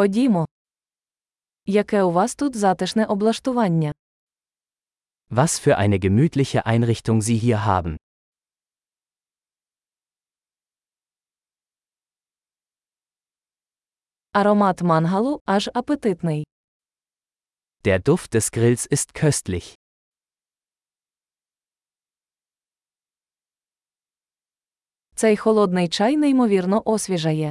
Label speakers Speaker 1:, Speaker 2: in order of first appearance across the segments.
Speaker 1: Ходімо. Яке у вас тут затишне облаштування?
Speaker 2: Was für eine gemütliche Einrichtung Sie hier haben.
Speaker 1: Аромат мангалу аж апетитний.
Speaker 2: Der Duft des Grills ist köstlich.
Speaker 1: Цей холодний чай неймовірно освіжає.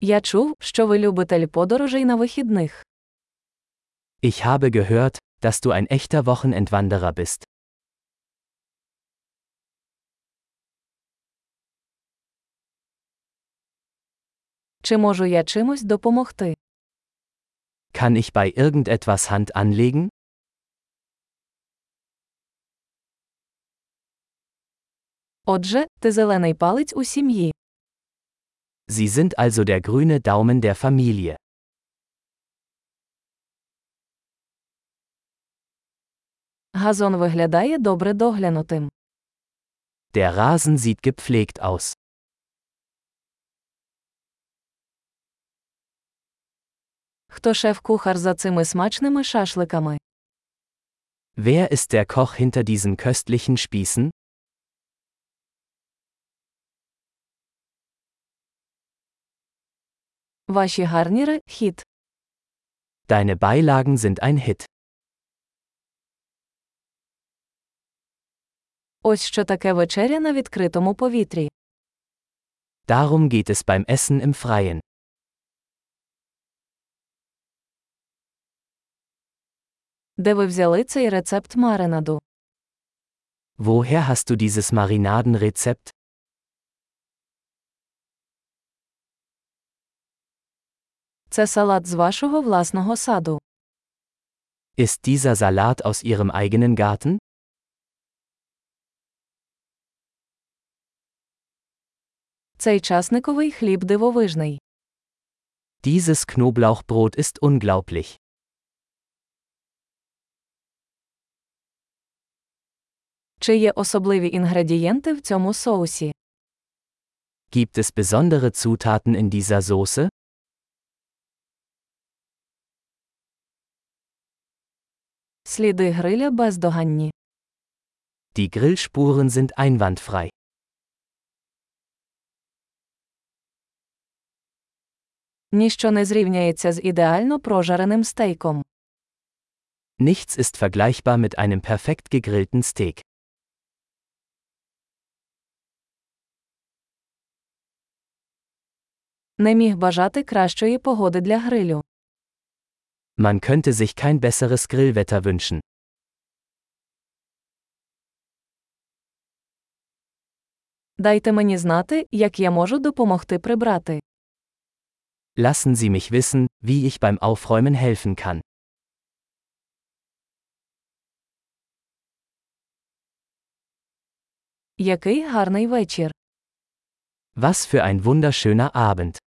Speaker 1: Я чув, що ви любитель подорожей на вихідних.
Speaker 2: Ich habe gehört, dass du ein echter Wochenendwanderer bist.
Speaker 1: Чи можу я чимось допомогти?
Speaker 2: Kann ich bei irgendetwas Hand anlegen?
Speaker 1: Отже, ти зелений палець у сім'ї.
Speaker 2: Sie sind also der grüne Daumen der Familie.
Speaker 1: Газон виглядає добре доглянутим.
Speaker 2: Der Rasen sieht gepflegt aus.
Speaker 1: Хто шеф-кухар за цими смачними шашликами?
Speaker 2: Wer ist der Koch hinter diesen köstlichen Spießen?
Speaker 1: Ваші гарніри хіт.
Speaker 2: Deine Beilagen sind ein Hit.
Speaker 1: Ось що таке вечеря на відкритому повітрі.
Speaker 2: Darum geht es beim Essen im Freien.
Speaker 1: Де ви взяли цей рецепт маринаду?
Speaker 2: Woher hast du dieses Marinadenrezept?
Speaker 1: Це салат з вашого власного саду.
Speaker 2: Ist dieser Salat aus Ihrem eigenen Garten?
Speaker 1: Цей часниковий хліб дивовижний.
Speaker 2: Dieses Knoblauchbrot ist unglaublich.
Speaker 1: Чи є особливі інгредієнти в цьому соусі?
Speaker 2: Gibt es besondere Zutaten in dieser Soße?
Speaker 1: Сліди гриля бездоганні.
Speaker 2: Die Grillspuren sind einwandfrei.
Speaker 1: Ніщо не зрівняється з ідеально прожареним стейком.
Speaker 2: Nichts ist vergleichbar mit einem perfekt gegrillten Steak.
Speaker 1: Не міг бажати кращої погоди для грилю.
Speaker 2: Man könnte sich kein besseres Grillwetter wünschen.
Speaker 1: Дайте мені знати, як я можу допомогти прибрати.
Speaker 2: Lassen Sie mich wissen, wie ich beim Aufräumen helfen kann.
Speaker 1: Який гарний вечір!
Speaker 2: Was für ein wunderschöner Abend.